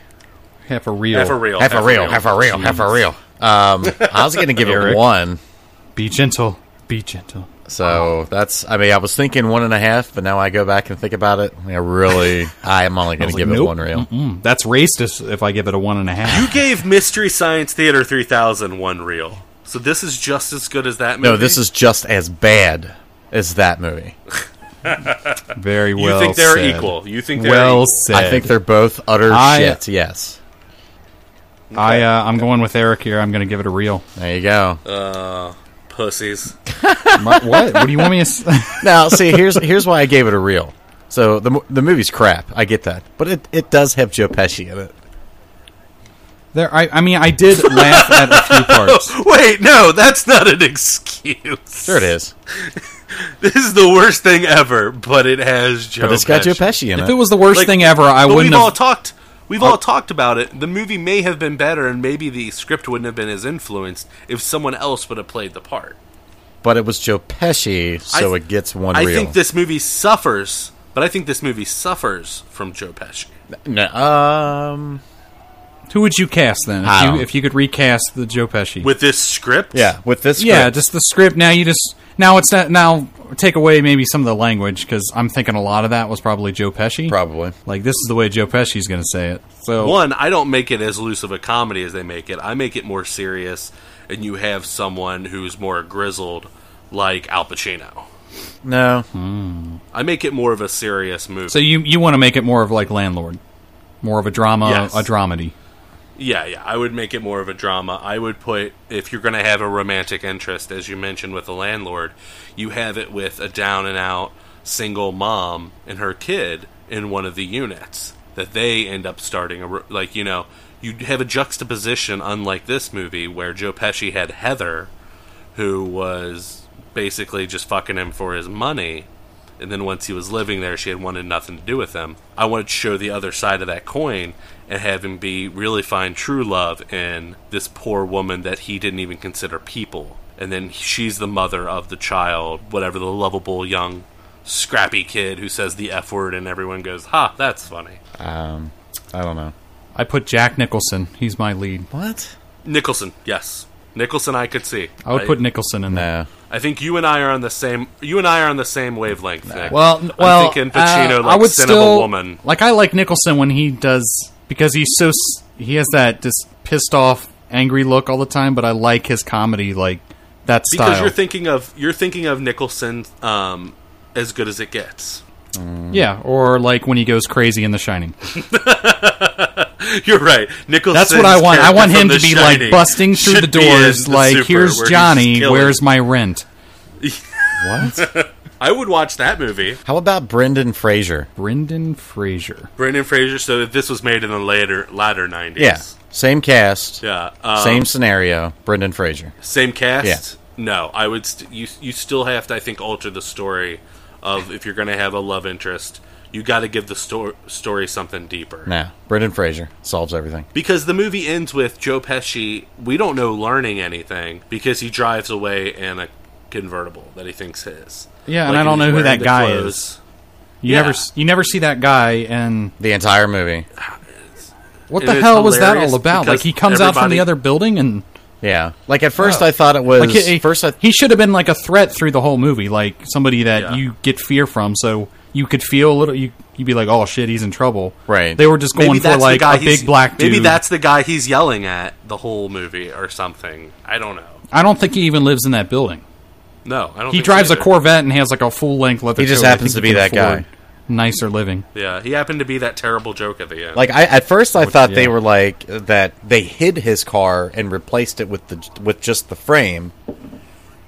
half a real.
Half a real.
half a real, half a real, half a real. Um, I was gonna give it
Eric.
one.
Be gentle. Be gentle.
So that's. I mean, I was thinking one and a half, but now I go back and think about it. I really, I am only gonna
was
give
like,
it
nope.
one real.
Mm, that's racist if I give it a one and a half.
You gave Mystery Science Theater 3000 one reel. So this is just as good as that movie.
No, this is just as bad as that movie.
Very
You
well.
think they're
said.
equal. You think they're
Well
equal.
said.
I think they're both utter
I-
shit. Yes.
I uh, I'm going with Eric here. I'm going to give it a real.
There you go.
Uh. Pussies.
My- what? What do you want me to? s-
Now, see, here's here's why I gave it a real. So the mo- the movie's crap. I get that, but it, it does have Joe Pesci in it.
there. I, I mean, I did laugh at a few parts.
Wait, no, that's not an excuse.
Sure, it is.
This is the worst thing ever, but it has Joe
But it's got Joe
Pesci.
Pesci in
If
it.
it was the worst
Like,
thing ever, I
but
wouldn't
we've all
have.
talked we've all talked about it. The movie may have been better and maybe the script wouldn't have been as influenced if someone else would have played the part.
but it was Joe Pesci, so
I-
it gets one
I
real.
think this movie suffers, but I think this movie suffers from Joe Pesci.
No, um,
Who would you cast then?
I
If
don't-
you, if you could recast the Joe Pesci
With this script?
yeah, with this,
yeah,
script,
just the script. Now you just now it's not now take away maybe some of the language because I'm thinking a lot of that was probably Joe Pesci.
probably.
Like this is the way Joe Pesci's going to say it. So
One, I don't make it as loose of a comedy as they make it. I make it more serious, and you have someone who's more grizzled, like Al Pacino.
No,
I make it more of a serious movie.
so you you want to make it more of like landlord, more of a drama,
Yes.
a dramedy.
yeah, yeah. I would make it more of a drama. I would put, if you're going to have a romantic interest, as you mentioned with the landlord, you have it with a down and out single mom and her kid in one of the units that they end up starting a ro- like you know you have a juxtaposition unlike this movie where Joe Pesci had Heather who was basically just fucking him for his money. And then once he was living there, she had wanted nothing to do with him. I wanted to show the other side of that coin and have him be really find true love in this poor woman that he didn't even consider people. And then she's the mother of the child, whatever the lovable young scrappy kid who says the F word and everyone goes, Ha, that's funny.
um, I don't know
I put Jack Nicholson. He's my lead.
what.
Nicholson, yes. Nicholson I could see.
I would put Nicholson in there.
No,
I think you and I are on the same you and I are on the same wavelength. Nick.
Well, n- well,
I'm thinking Pacino
uh,
like
I would
Sin of a
still-
Woman.
Like I like Nicholson when he does because he's so s- he has that just pissed off, angry look all the time. But I like his comedy, like that style.
Because you're thinking of you're thinking of Nicholson um, as good as it gets.
yeah, or like when he goes crazy in The Shining.
You're right. Nicholson.
That's what I want. I want him to be like busting through the doors, like here's Johnny, where's my rent?
what?
I would watch that movie.
How about Brendan Fraser?
Brendan Fraser.
Brendan Fraser. So if this was made in the later latter nineties.
Yeah, same cast,
Yeah. Um,
same scenario. Brendan Fraser.
Same cast.
Yeah.
No, I would. St- you you still have to, I think, alter the story of if you're going to have a love interest, you got to give the sto- story something deeper.
No, Brendan Fraser solves everything.
Because the movie ends with Joe Pesci, we don't know learning anything because he drives away in a convertible that he thinks his.
Yeah, and I don't
he's
know who
wearing
that
the
guy
clothes.
You
Yeah.
never s- you never see that guy, and
The entire movie.
what
And
the
it's
hell was that
hilarious
all about?
because
Like he comes out from
everybody-
the other building and
Yeah, like at first I thought it was
Oh. like he,
first. I,
he should have been like a threat through the whole movie, like somebody that
Yeah.
you get fear from, so you could feel a little. You you'd be like, oh shit, he's in trouble.
Right.
They were just going
Maybe
for
that's
like
the guy
a
he's-
big black dude.
Maybe that's the guy he's yelling at the whole movie or something. I don't know.
I don't think he even lives in that building.
No, I don't.
He
think so
drives a
either.
Corvette and has like a full length leather.
He just
coat. I
happens
think
to
he
be
can
that guy.
afford Nicer living.
Yeah, he happened to be that terrible joke at the end.
Like I at first I thought they were like that they hid his car and replaced it with the with just the frame.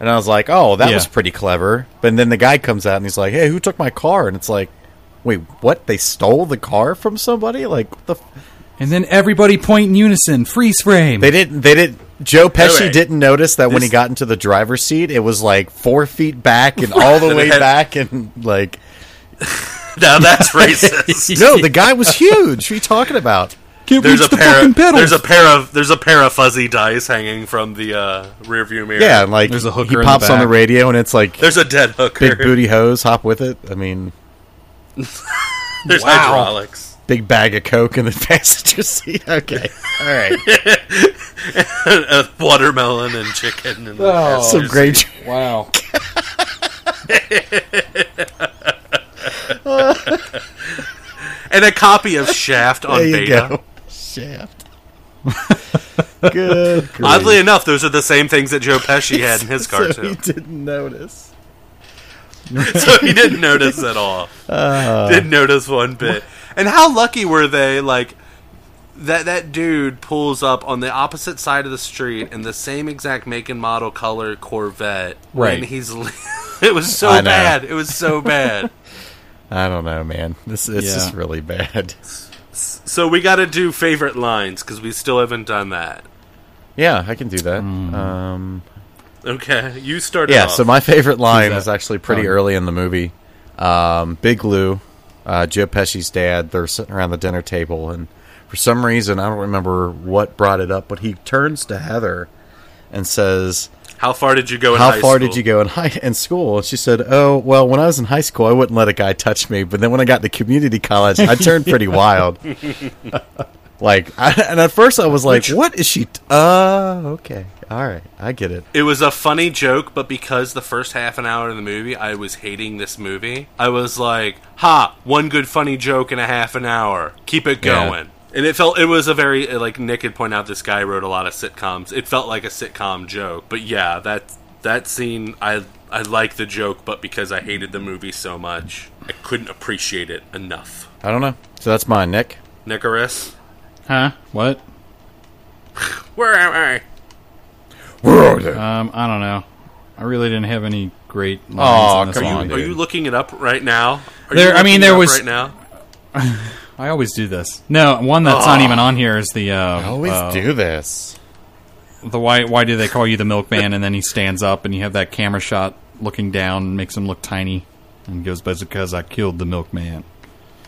And I was like, "Oh, that
Yeah.
was pretty clever." But then the guy comes out and he's like, "Hey, who took my car?" And it's like, "Wait, what? They stole the car from somebody?" Like what the f-
And then everybody point in unison, freeze frame.
They didn't they didn't Joe Pesci
Alright.
didn't notice that when
This-
he got into the driver's seat, it was like 4 feet back and all the
And
way
it had-
back and like
now that's racist.
No, the guy was huge. What are you talking about?
Can't
There's
reach
a
the
pair.
fucking
Of,
pedals.
there's a pair of there's a pair of fuzzy dice hanging from the uh, rearview mirror.
Yeah, and like
There's a hooker
he
in the
pops on the
back.
radio and it's like
there's a dead hooker.
big booty hose, hop with it. I mean,
There's hydraulics.
big bag of coke in the passenger seat. Okay, all right.
Uh, watermelon and chicken and
Some great.
wow.
and a copy of Shaft on
There you
beta.
go. Shaft. Good. grief.
Oddly enough, those are the same things that Joe Pesci had in his car
so he
too.
didn't notice.
so he didn't notice at all.
Uh.
didn't notice one bit. And how lucky were they? Like that that dude pulls up on the opposite side of the street in the same exact make and model color Corvette.
Right.
And he's le- it was so
I know.
bad. It was so bad.
I don't know, man. This it's
Yeah.
just really bad.
so we got to do favorite lines because we still haven't done that.
Yeah, I can do that. Um,
Okay, you started.
Yeah,
off.
so my favorite line
that?
is actually pretty
Oh.
early in the movie. Um, Big Lou, uh, Joe Pesci's dad, they're sitting around the dinner table, and for some reason, I don't remember what brought it up, but he turns to Heather and says,
how far did you go? In
How
high
far
school?
did you go in, high, in school? And she said, Oh, well, when I was in high school, I wouldn't let a guy touch me, but then when I got to community college, I turned pretty wild. like, I, and at first I was like, What is she? T- oh, okay. All right. I get it.
It was a funny joke, but because the first half an hour of the movie, I was hating this movie. I was like, "Ha! One good funny joke in a half an hour. Keep it
Yeah.
going." And it felt it was a very like Nick had pointed out. This guy wrote a lot of sitcoms. It felt like a sitcom joke. But yeah, that that scene, I I like the joke, but because I hated the movie so much, I couldn't appreciate it enough.
I don't know. So that's mine, Nick.
Nicholas,
Huh? What?
where am I?
Um, I don't know. I really didn't have any great lines
Aw,
in this
come
song.
on, dude.
Are Oh, you looking it up right now? Are
There-
you
I mean,
looking
there
it up
was-
right now.
I always do this. No, one that's not even on here is the uh,
Always
uh,
do this.
the why why do they call you the milkman and then he stands up and you have that camera shot looking down and makes him look tiny and goes but it's because I killed the milkman.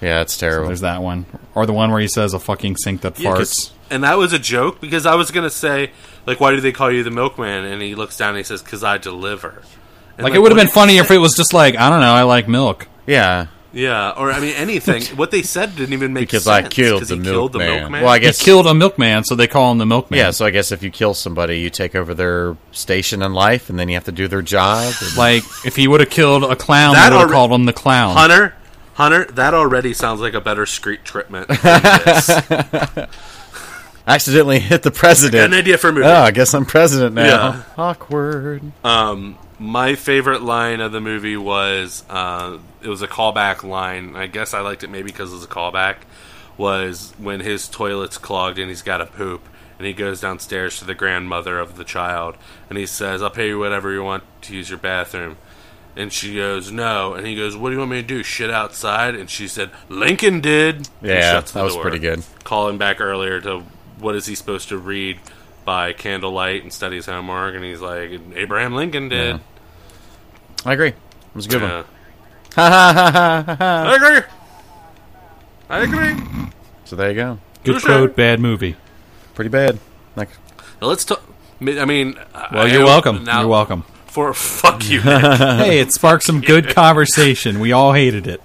Yeah, it's terrible.
There's that one. Or the one where he says a fucking sink that
Yeah,
farts.
'cause- And that was a joke because I was gonna say, like, why do they call you the milkman? And he looks down and he says, "Cause I deliver." And,
Like, it would have
what-
been funny if it was just like, I don't know, I like milk.
yeah,
yeah, or I mean, anything. what they said didn't even make
because
sense
I killed
'cause
the
he
milkman. Well, I
He
guess
killed a milkman, so they call him the milkman.
Yeah, so I guess if you kill somebody, you take over their station in life, and then you have to do their job. and-
Like, if he would have killed a clown,
That
they would have
alre-
called him the clown.
Hunter, Hunter, that already sounds like a better street treatment. Than this.
accidentally hit the president.
An idea for a movie.
Oh, I guess I'm president now.
Yeah.
Awkward.
My favorite line of the movie was uh, it was a callback line. I guess I liked it maybe because it was a callback. Was when his toilet's clogged and he's got to poop, and he goes downstairs to the grandmother of the child, and he says, "I'll pay you whatever you want to use your bathroom." And she goes, "No," and he goes, "What do you want me to do? Shit outside?" And she said, "Lincoln did." And he
Yeah,
shuts the
that was
door.
pretty good.
Calling back earlier to what is he supposed to read by candlelight and study his homework, and he's like, "Abraham Lincoln did."
I agree. It was a good
Yeah.
one. Ha ha ha ha ha ha.
I agree. I agree.
So there you go.
Good quote, bad movie.
Pretty bad. Like,
Now let's talk. I mean,
Well, you're welcome. You're welcome.
For fuck you. Nick.
Hey, it sparked some good conversation. We all hated it.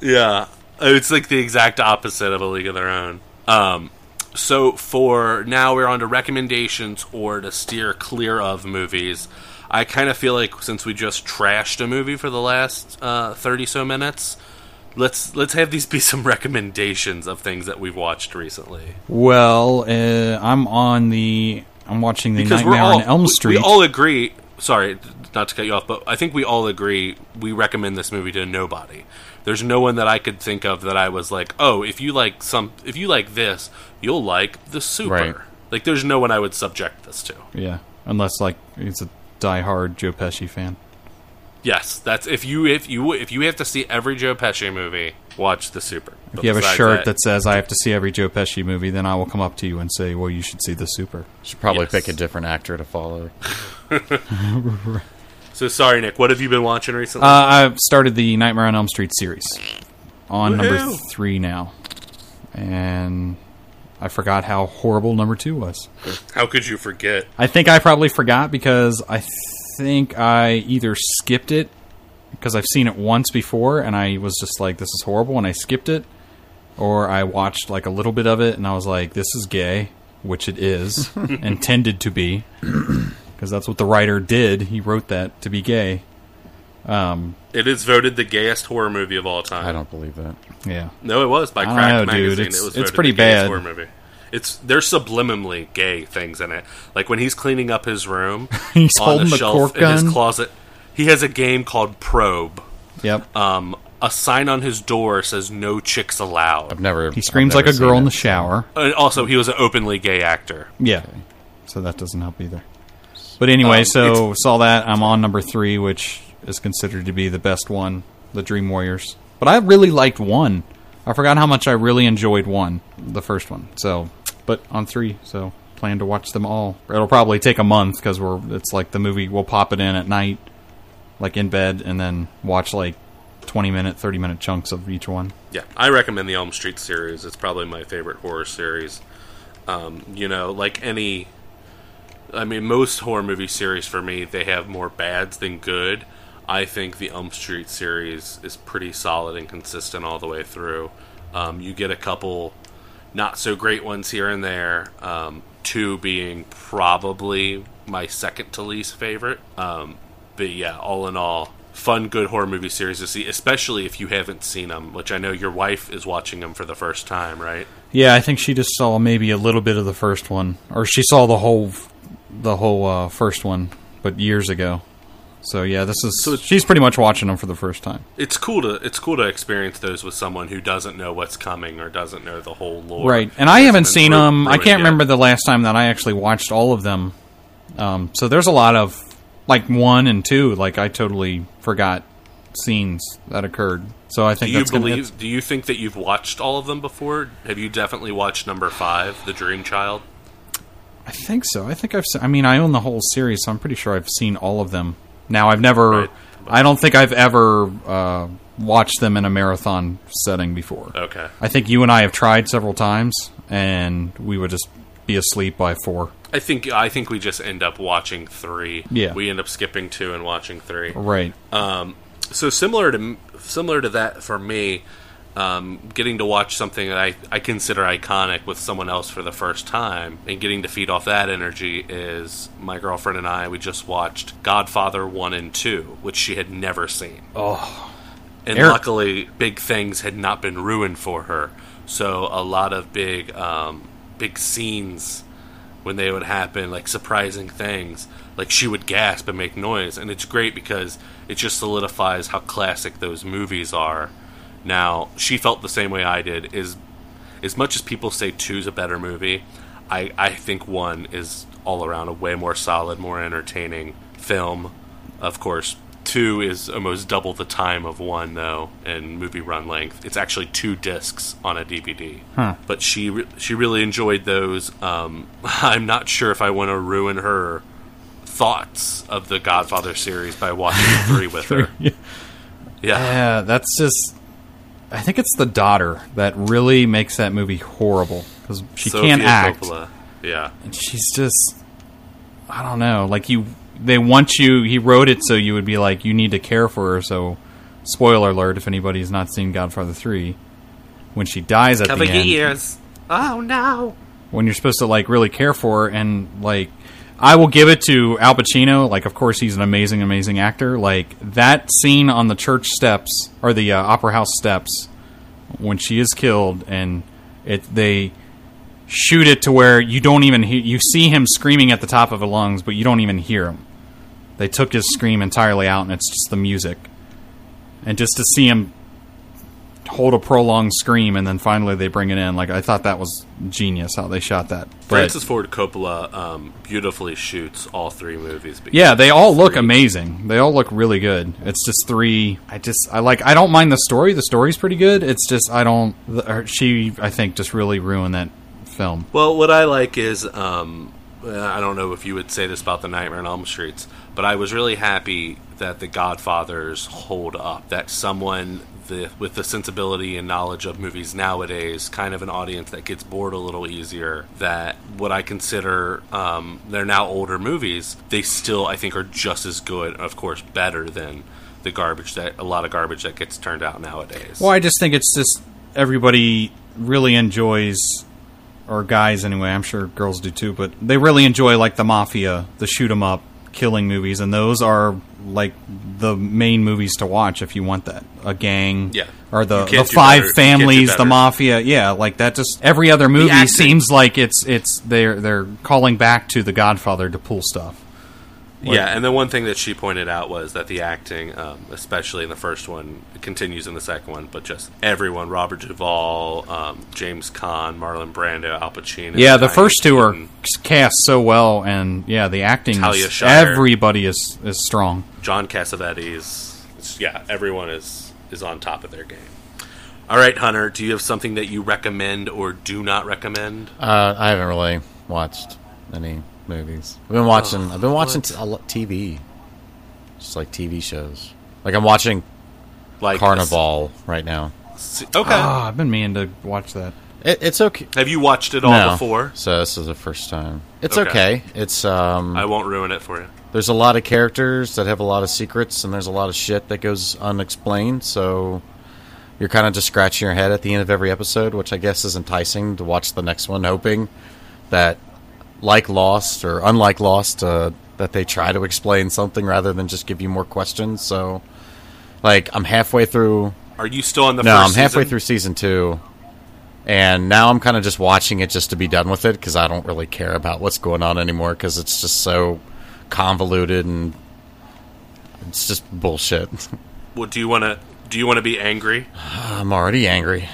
yeah, it's like the exact opposite of a league of their own. Um, so for now, we're on to recommendations or to steer clear of movies. I kind of feel like since we just trashed a movie for the last uh, thirty so minutes, let's let's have these be some recommendations of things that we've watched recently.
Well, uh, I'm on the. I'm watching the
because
Nightmare
we're all
on Elm
we-
Street.
We all agree. sorry, not to cut you off, but I think we all agree we recommend this movie to nobody. There's no one that I could think of that I was like, oh, if you like some, if you like this, you'll like the Super.
Right.
Like, there's no one I would subject this to.
Yeah, unless like he's a diehard Joe Pesci fan.
Yes, that's if you if you if you have to see every Joe Pesci movie, watch the Super.
If you have a shirt that says "I have to see every Joe Pesci movie," then I will come up to you and say, "Well, you should see the Super."
Should probably
Yes.
pick a different actor to follow.
So sorry, Nick. What have you been watching recently?
Uh, I've started the Nightmare on Elm Street series on number
Woohoo!
three now, and I forgot how horrible number two was.
How could you forget?
I think I probably forgot because I think I either skipped it because I've seen it once before and I was just like, "This is horrible," and I skipped it, or I watched like a little bit of it and I was like, "This is gay," which it is intended to be because that's what the writer did. He wrote that to be gay.
It is voted the gayest horror movie of all time.
I don't believe that.
Yeah.
No, it was by
I don't
Crack
know, dude.
magazine.
It's-
it was
it's
voted
pretty
the gayest
bad.
Horror movie. It's there's subliminally gay things in it. Like when he's cleaning up his room,
He's
on
holding
the
the
shelf
cork
in his
gun.
closet. He has a game called Probe.
Yep.
Uh,
Um, a sign on his door says "No chicks allowed."
I've never.
He screams like a girl in the shower.
And also, he was an openly gay actor.
Yeah. So that doesn't help either. But anyway,
Um,
so saw that. I'm on number three, which is considered to be the best one, the Dream Warriors. But I really liked one. I forgot how much I really enjoyed one, the first one. So, but on three, so plan to watch them all. It'll probably take a month because we're. It's like the movie. We'll pop it in at night, like in bed, and then watch like 20 minute, 30 minute chunks of each one.
Yeah, I recommend the Elm Street series. It's probably my favorite horror series. Um, you know, like any, I mean, most horror movie series for me, they have more bads than good. I think the Elm Street series is pretty solid and consistent all the way through. Um, you get a couple not so great ones here and there. Um, two being probably my second to least favorite. Um, but yeah, all in all, fun, good horror movie series to see, especially if you haven't seen them. Which I know your wife is watching them for the first time, right?
Yeah, I think she just saw maybe a little bit of the first one, or she saw the whole, the whole uh, first one, but years ago. So yeah, this is
it's-
she's pretty much watching them for the first time.
It's cool to it's cool to experience those with someone who doesn't know what's coming or doesn't know the whole lore.
Right, and I haven't
been
seen
ru-
them. I
ruined
can't
yet.
remember the last time that I actually watched all of them. Um, so there's a lot of like one and two. Like I totally forgot scenes that occurred. So I
Do
think
you
that's gonna-
believe? do you think that you've watched all of them before? Have you definitely watched number five, The Dream Child?
I think so. I think I've. se- I mean, I own the whole series, so I'm pretty sure I've seen all of them. Now, I've never.
Right.
I don't think I've ever uh, watched them in a marathon setting before.
Okay.
I think you and I have tried several times, and we would just be asleep by four.
I think I think we just end up watching three.
Yeah.
we end up skipping two and watching three.
Right.
So similar to similar to that for me, um, getting to watch something that I, I consider iconic with someone else for the first time and getting to feed off that energy is my girlfriend and I. We just watched Godfather one and two, which she had never seen. Oh, and
Eric-
luckily, big things had not been ruined for her. So a lot of big um, big scenes when they would happen, like surprising things. Like she would gasp and make noise, and it's great because it just solidifies how classic those movies are. Now she felt the same way I did. Is as much as people say two's a better movie, I I think one is all around a way more solid, more entertaining film. Of course, two is almost double the time of one though, in movie run length. It's actually two discs on a DVD. But she re- she really enjoyed those. Um, I'm not sure if I want to ruin her thoughts of the Godfather series by watching three with her. Yeah.
Yeah, Uh, that's just. I think it's the daughter that really makes that movie horrible because she can't
Sofia
act.
Coppola. Yeah.
she's just I don't know, like you they want you he wrote it so you would be like you need to care for her, so spoiler alert if anybody's not seen Godfather 3 when she dies at the end
Oh no.
when you're supposed to like really care for her and like I will give it to Al Pacino. Like, of course, he's an amazing, amazing actor. Like that scene on the church steps or the uh, opera house steps when she is killed, and it they shoot it to where you don't even hear. You see him screaming at the top of his lungs, but you don't even hear him. They took his scream entirely out, and it's just the music. And just to see him hold a prolonged scream, and then finally they bring it in. Like I thought that was genius how they shot that. But-
Francis Ford Coppola um, beautifully shoots all three movies. because-
Yeah, they all look amazing. They all look really good. It's just three. I just I like. I don't mind the story. The story's pretty good. It's just I don't. The, her, she I think just really ruined that film.
Well, what I like is um, I don't know if you would say this about the Nightmare on Elm Streets, but I was really happy that the Godfathers hold up. That someone the, with the sensibility and knowledge of movies nowadays, kind of an audience that gets bored a little easier. That what I consider um, they're now older movies, they still I think are just as good, of course, better than the garbage that a lot of garbage that gets turned out nowadays.
Well, I just think it's just everybody really enjoys, or guys anyway. I'm sure girls do too, but they really enjoy like the mafia, the shoot 'em up, killing movies, and those are like the main movies to watch if you want that. A gang,
Yeah.
or the
You can't
the
do
five
better. You can't do
families, the
better.
mafia, yeah, like that. Just every other movie
acting.
seems like it's it's they're they're calling back to The Godfather to pull stuff.
Yeah, and the one thing that she pointed out was that the acting, um, especially in the first one, continues in the second one, but just everyone Robert Duvall, um, James Caan, Marlon Brando, Al Pacino.
Yeah, the
Diane
first two are
Keaton,
cast so well, and yeah, the acting.
Talia
Is,
Shire.
everybody is is strong.
John Cassavetes. It's- Yeah, everyone is, is on top of their game. All right, Hunter, do you have something that you recommend or do not recommend?
Uh, I haven't really watched any movies. I've been watching.
Oh,
I've been watching t- a lot TV, just like TV shows. Like I'm watching
Like
Carnival right now.
s- Okay.
Ah, I've been meaning to watch that.
It, it's okay.
have you watched it all
No.
before?
So this is the first time. It's
Okay.
okay. It's um.
I won't ruin it for you.
there's a lot of characters that have a lot of secrets, and there's a lot of shit that goes unexplained. So you're kind of just scratching your head at the end of every episode, which I guess is enticing to watch the next one, hoping that, like Lost or unlike Lost, uh, that they try to explain something rather than just give you more questions. So, like, I'm halfway through
Are you still on the
no,
first
I'm halfway
season?
through season two, and now I'm kind of just watching it just to be done with it because I don't really care about what's going on anymore because it's just so convoluted and it's just bullshit.
Well, do you want to do you want to be angry?
I'm already angry.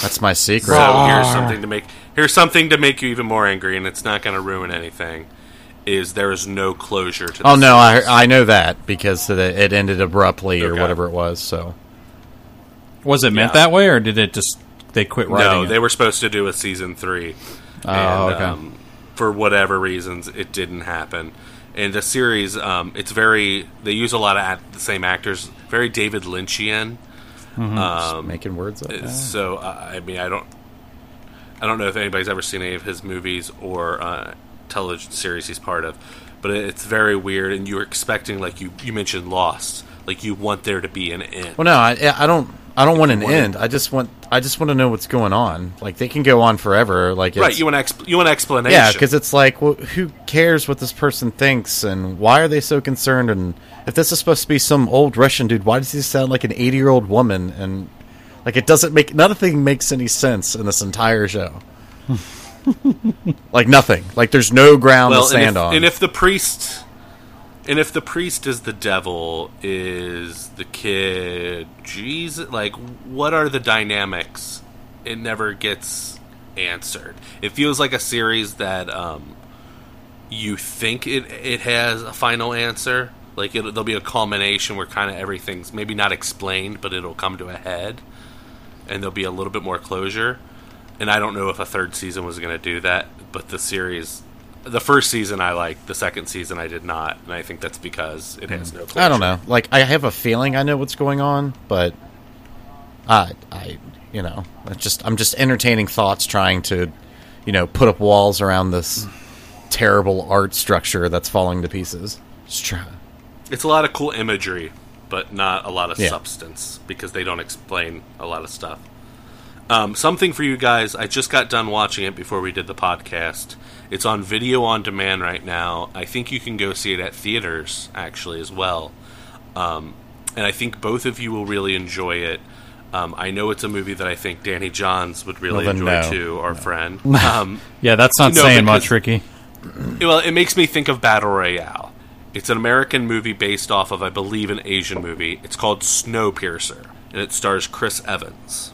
That's my secret.
So here's something to make here's something to make you even more angry, and it's not going to ruin anything. Is there is no closure to? This
Oh no, I
series.
I know that because it- it ended abruptly or
Okay.
whatever it was. So
Was it meant
Yeah.
that way, or did it just they quit writing?
no,
it? Oh,
they were supposed to do a season three, and
okay.
um, for whatever reasons, it didn't happen. And the series, um, it's very they use a lot of act, the same actors, very David Lynchian. Um,
making words up. now.
So uh, I mean, I don't, I don't know if anybody's ever seen any of his movies or uh, television series he's part of, but it- it's very weird. And you're expecting, like you you mentioned, Lost, like you want there to be an end.
Well, no, I, I don't. I don't want an end. I just want. I just want to know what's going on. Like they can go on forever. Like
right?
it's-
You want exp- you want explanation.
Yeah, because it's like, well, who cares what this person thinks, and why are they so concerned? And if this is supposed to be some old Russian dude, why does he sound like an eighty-year-old woman? And like, it doesn't make nothing makes any sense in this entire show. like nothing. Like there's no ground
well,
to
and
stand
if,
on.
and if the priest, and if the priest is the devil, is the kid Jesus? Like, what are the dynamics? It never gets answered. It feels like a series that um, you think it it has a final answer. Like it'll, there'll be a culmination where kind of everything's maybe not explained, but it'll come to a head, and there'll be a little bit more closure. And I don't know if a third season was going to do that, but the series, the first season I liked, the second season I did not, and I think that's because it has no. Closure.
Hmm. I don't know. Like I have a feeling I know what's going on, but I, I, you know, I just I'm just entertaining thoughts, trying to, you know, put up walls around this terrible art structure that's falling to pieces. Just try.
It's a lot of cool imagery, but not a lot of
Yeah.
substance because they don't explain a lot of stuff. Um, something for you guys. I just got done watching it before we did the podcast. It's on video on demand right now. I think you can go see it at theaters actually as well. Um, and I think both of you will really enjoy it. Um, I know it's a movie that I think Danny Johns would really
Well, then
enjoy
no.
too, our friend. Um,
yeah, that's not
No,
saying
because-
much, Ricky.
well, it makes me think of Battle Royale. It's an American movie based off of, I believe, an Asian movie. It's called Snowpiercer, and it stars Chris Evans.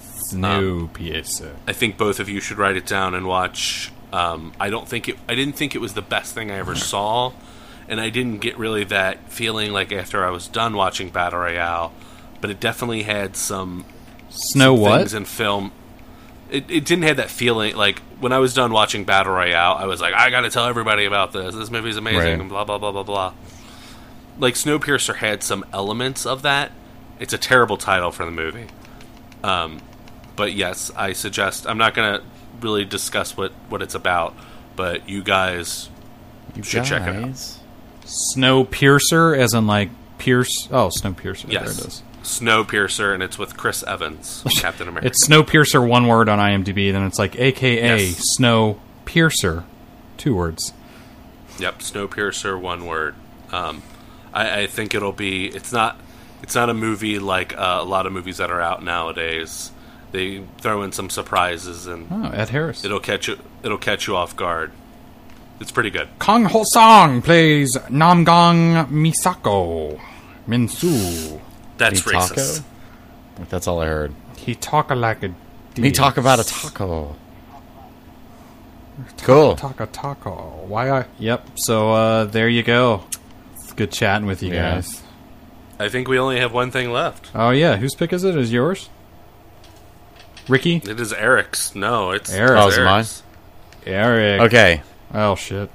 Snow Piercer.
I think both of you should write it down and watch. Um, I don't think it. I didn't think it was the best thing I ever saw, and I didn't get really that feeling like after I was done watching Battle Royale. But it definitely had some
Snow what?
things in film. It, it didn't have that feeling like when I was done watching Battle Royale, I was like, I gotta tell everybody about this. This movie's amazing
Right.
and blah blah blah blah blah. Like Snowpiercer had some elements of that. It's a terrible title for the movie. Um, but yes, I suggest I'm not gonna really discuss what, what it's about, but you guys
You
should check it out.
guys.
Snow Piercer, as in like Pierce. Oh, Snow Piercer.
yes
There it is.
Snowpiercer and it's with Chris Evans, Captain America.
It's Snow Piercer, one word on IMDb, then it's like AKA
Yes.
Snow Piercer, two words.
Yep, Snowpiercer, one word. Um, I, I think it'll be. It's not. It's not a movie like uh, a lot of movies that are out nowadays. They throw in some surprises and
Oh, Ed Harris.
it'll catch you. It'll catch you off guard. It's pretty good.
Kong Ho Song plays Namgong Misako Minsu.
That's
Me taco?
racist.
That's all I heard.
He talk like a.
Me talk about a taco. Cool.
Taco taco. Why I? Yep. So uh, there you go. It's good chatting with you
Yeah.
guys.
I think we only have one thing left.
Oh yeah, whose pick is it? Is yours? Ricky,
It is Eric's. No, it's
Eric's.
it's
Oh, is it mine?
Eric.
Okay.
Oh shit.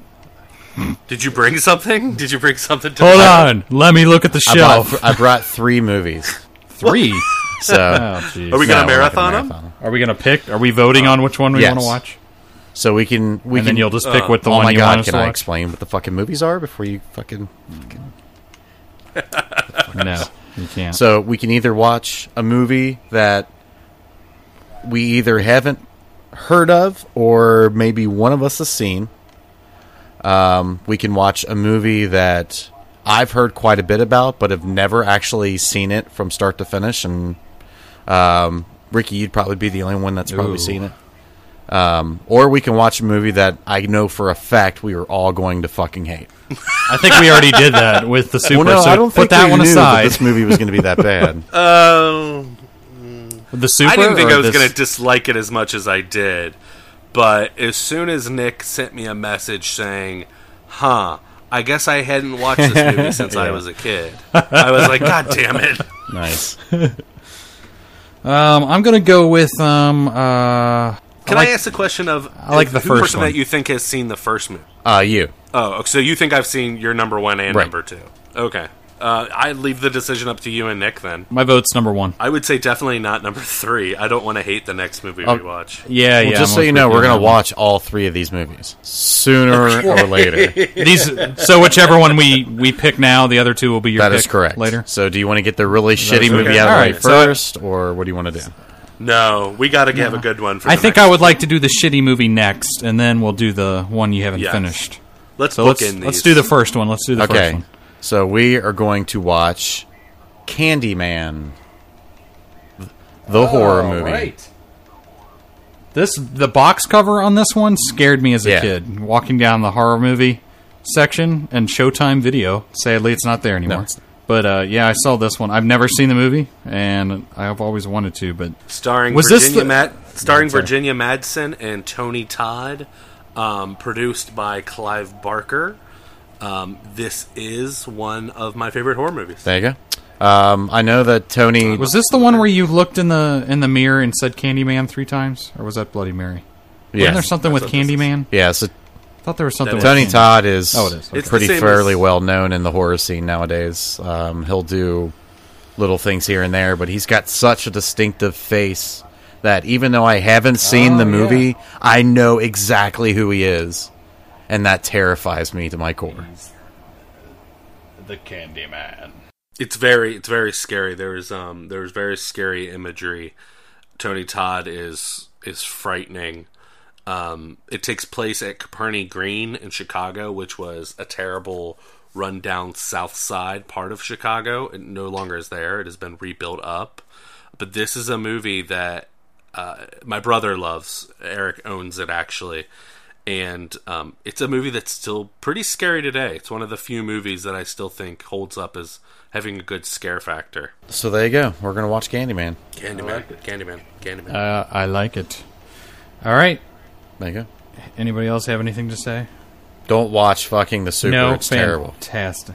Did you bring something? Did you bring something? To
Hold
the-
on. Let me look at the
I brought,
shelf.
I brought three movies.
Three.
So
oh jeez.
Are we gonna
No, we're not
marathon
gonna
them?
marathon 'em.
Are we gonna pick? Are we voting on which one we
Yes.
want to watch?
So we can we
And
can
then uh, you'll just pick what the
oh
one
my
you want
god,
us
can
to
I
watch.
explain what the fucking movies are before you fucking
No, you can't.
So we can either watch a movie that we either haven't heard of or maybe one of us has seen. Um, we can watch a movie that I've heard quite a bit about, but have never actually seen it from start to finish. And um, Ricky, you'd probably be the only one that's probably
Ooh.
seen it. Um, or we can watch a movie that I know for a fact we are all going to fucking hate.
I think we already did that with the super. so put that
we
one
knew
aside.
This movie was going to be that bad.
Oh.
the super.
I didn't think
or
I was
this-
going to dislike it as much as I did. But as soon as Nick sent me a message saying, huh, I guess I hadn't watched this movie since I was a kid, I was like, God damn it.
nice.
Um, I'm gonna go with um. Uh,
Can I,
like-
ask the question of
I like the
who
first
person
one.
that you think has seen the first movie?
Uh, you.
Oh, so you think I've seen your number one and
Right.
number two. Okay. Uh, I leave the decision up to you and Nick then.
my vote's number one.
I would say definitely not number three. I don't want to hate the next movie
Oh,
we watch.
Yeah,
Well,
yeah.
just
I'm
so you
with
know,
Ricky
we're
on
going
that
to
one.
watch all three of these movies sooner or later.
these. So whichever one we we pick now, the other two will be your.
That
pick
is correct.
Later.
So, do you want to get the really
okay.
shitty movie out of the
All
way
right, so I-
first, or what do you want to do?
No, we got to have a good one for
I
the
think
next
I would like to do the shitty movie next, and then we'll do the one you haven't
Yes.
finished.
Let's
So let's
book in these.
let's do the first one. Let's do the first
Okay.
one.
So we are going to watch Candyman, the horror
Oh,
movie.
This the box cover on this one scared me as a
Yeah.
kid. Walking down the horror movie section and Showtime Video. Sadly, it's not there anymore.
it's not.
But uh, yeah, I saw this one. I've never seen the movie, and I've always wanted to. But
starring
Was this
Virginia
the-
Mad- starring Virginia Madsen and Tony Todd, um, produced by Clive Barker. Um, this is one of my favorite horror movies.
There you go. Um, I know that Tony.
was this the one where you looked in the in the mirror and said Candyman three times, or was that Bloody Mary? Wasn't
yeah,
there something with Candyman?
yeah. So
I thought there was something. with
That
Tony
Candy-
Todd is
Oh, it is. Okay.
It's the
pretty
same as-
fairly well known in the horror scene nowadays. Um, he'll do little things here and there, but he's got such a distinctive face that even though I haven't seen
Oh,
the movie, I know exactly who he is, and that terrifies me to my core.
It's very it's very scary. There is um there's very scary imagery. Tony Todd is is frightening. Um, it takes place at Capernaum Green in Chicago, which was a terrible rundown South Side part of Chicago. It no longer is there. It has been rebuilt up. But this is a movie that uh, my brother loves. Eric owns it actually, and um, it's a movie that's still pretty scary today. It's one of the few movies that I still think holds up as having a good scare factor.
So there you go. We're gonna watch Candyman.
Candyman, Candyman, Candyman.
Uh, I like it. All right.
There you go.
Anybody else have anything to say?
Don't watch fucking the super. it's terrible.
Fantastic.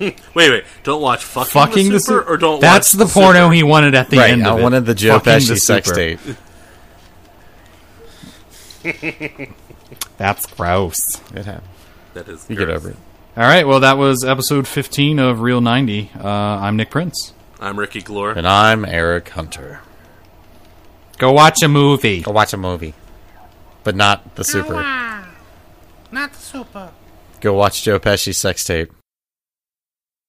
wait, wait! Don't watch fucking,
Fucking
the super,
Su-
or don't.
That's
watch
the porno
Super?
he wanted at the
Right.
end.
I
of it.
wanted the Joe
Fucking
Pesci
the
sex
Super.
tape.
That's gross.
It happened.
That is.
You get
gross.
over it.
All right. Well, that was episode 15 of Real 90. Uh, I'm Nick Prince.
I'm Ricky Glore.
And I'm Eric Hunter.
Go watch a movie.
Go watch a movie, but not the super. Not the super. Go watch Joe Pesci's sex tape.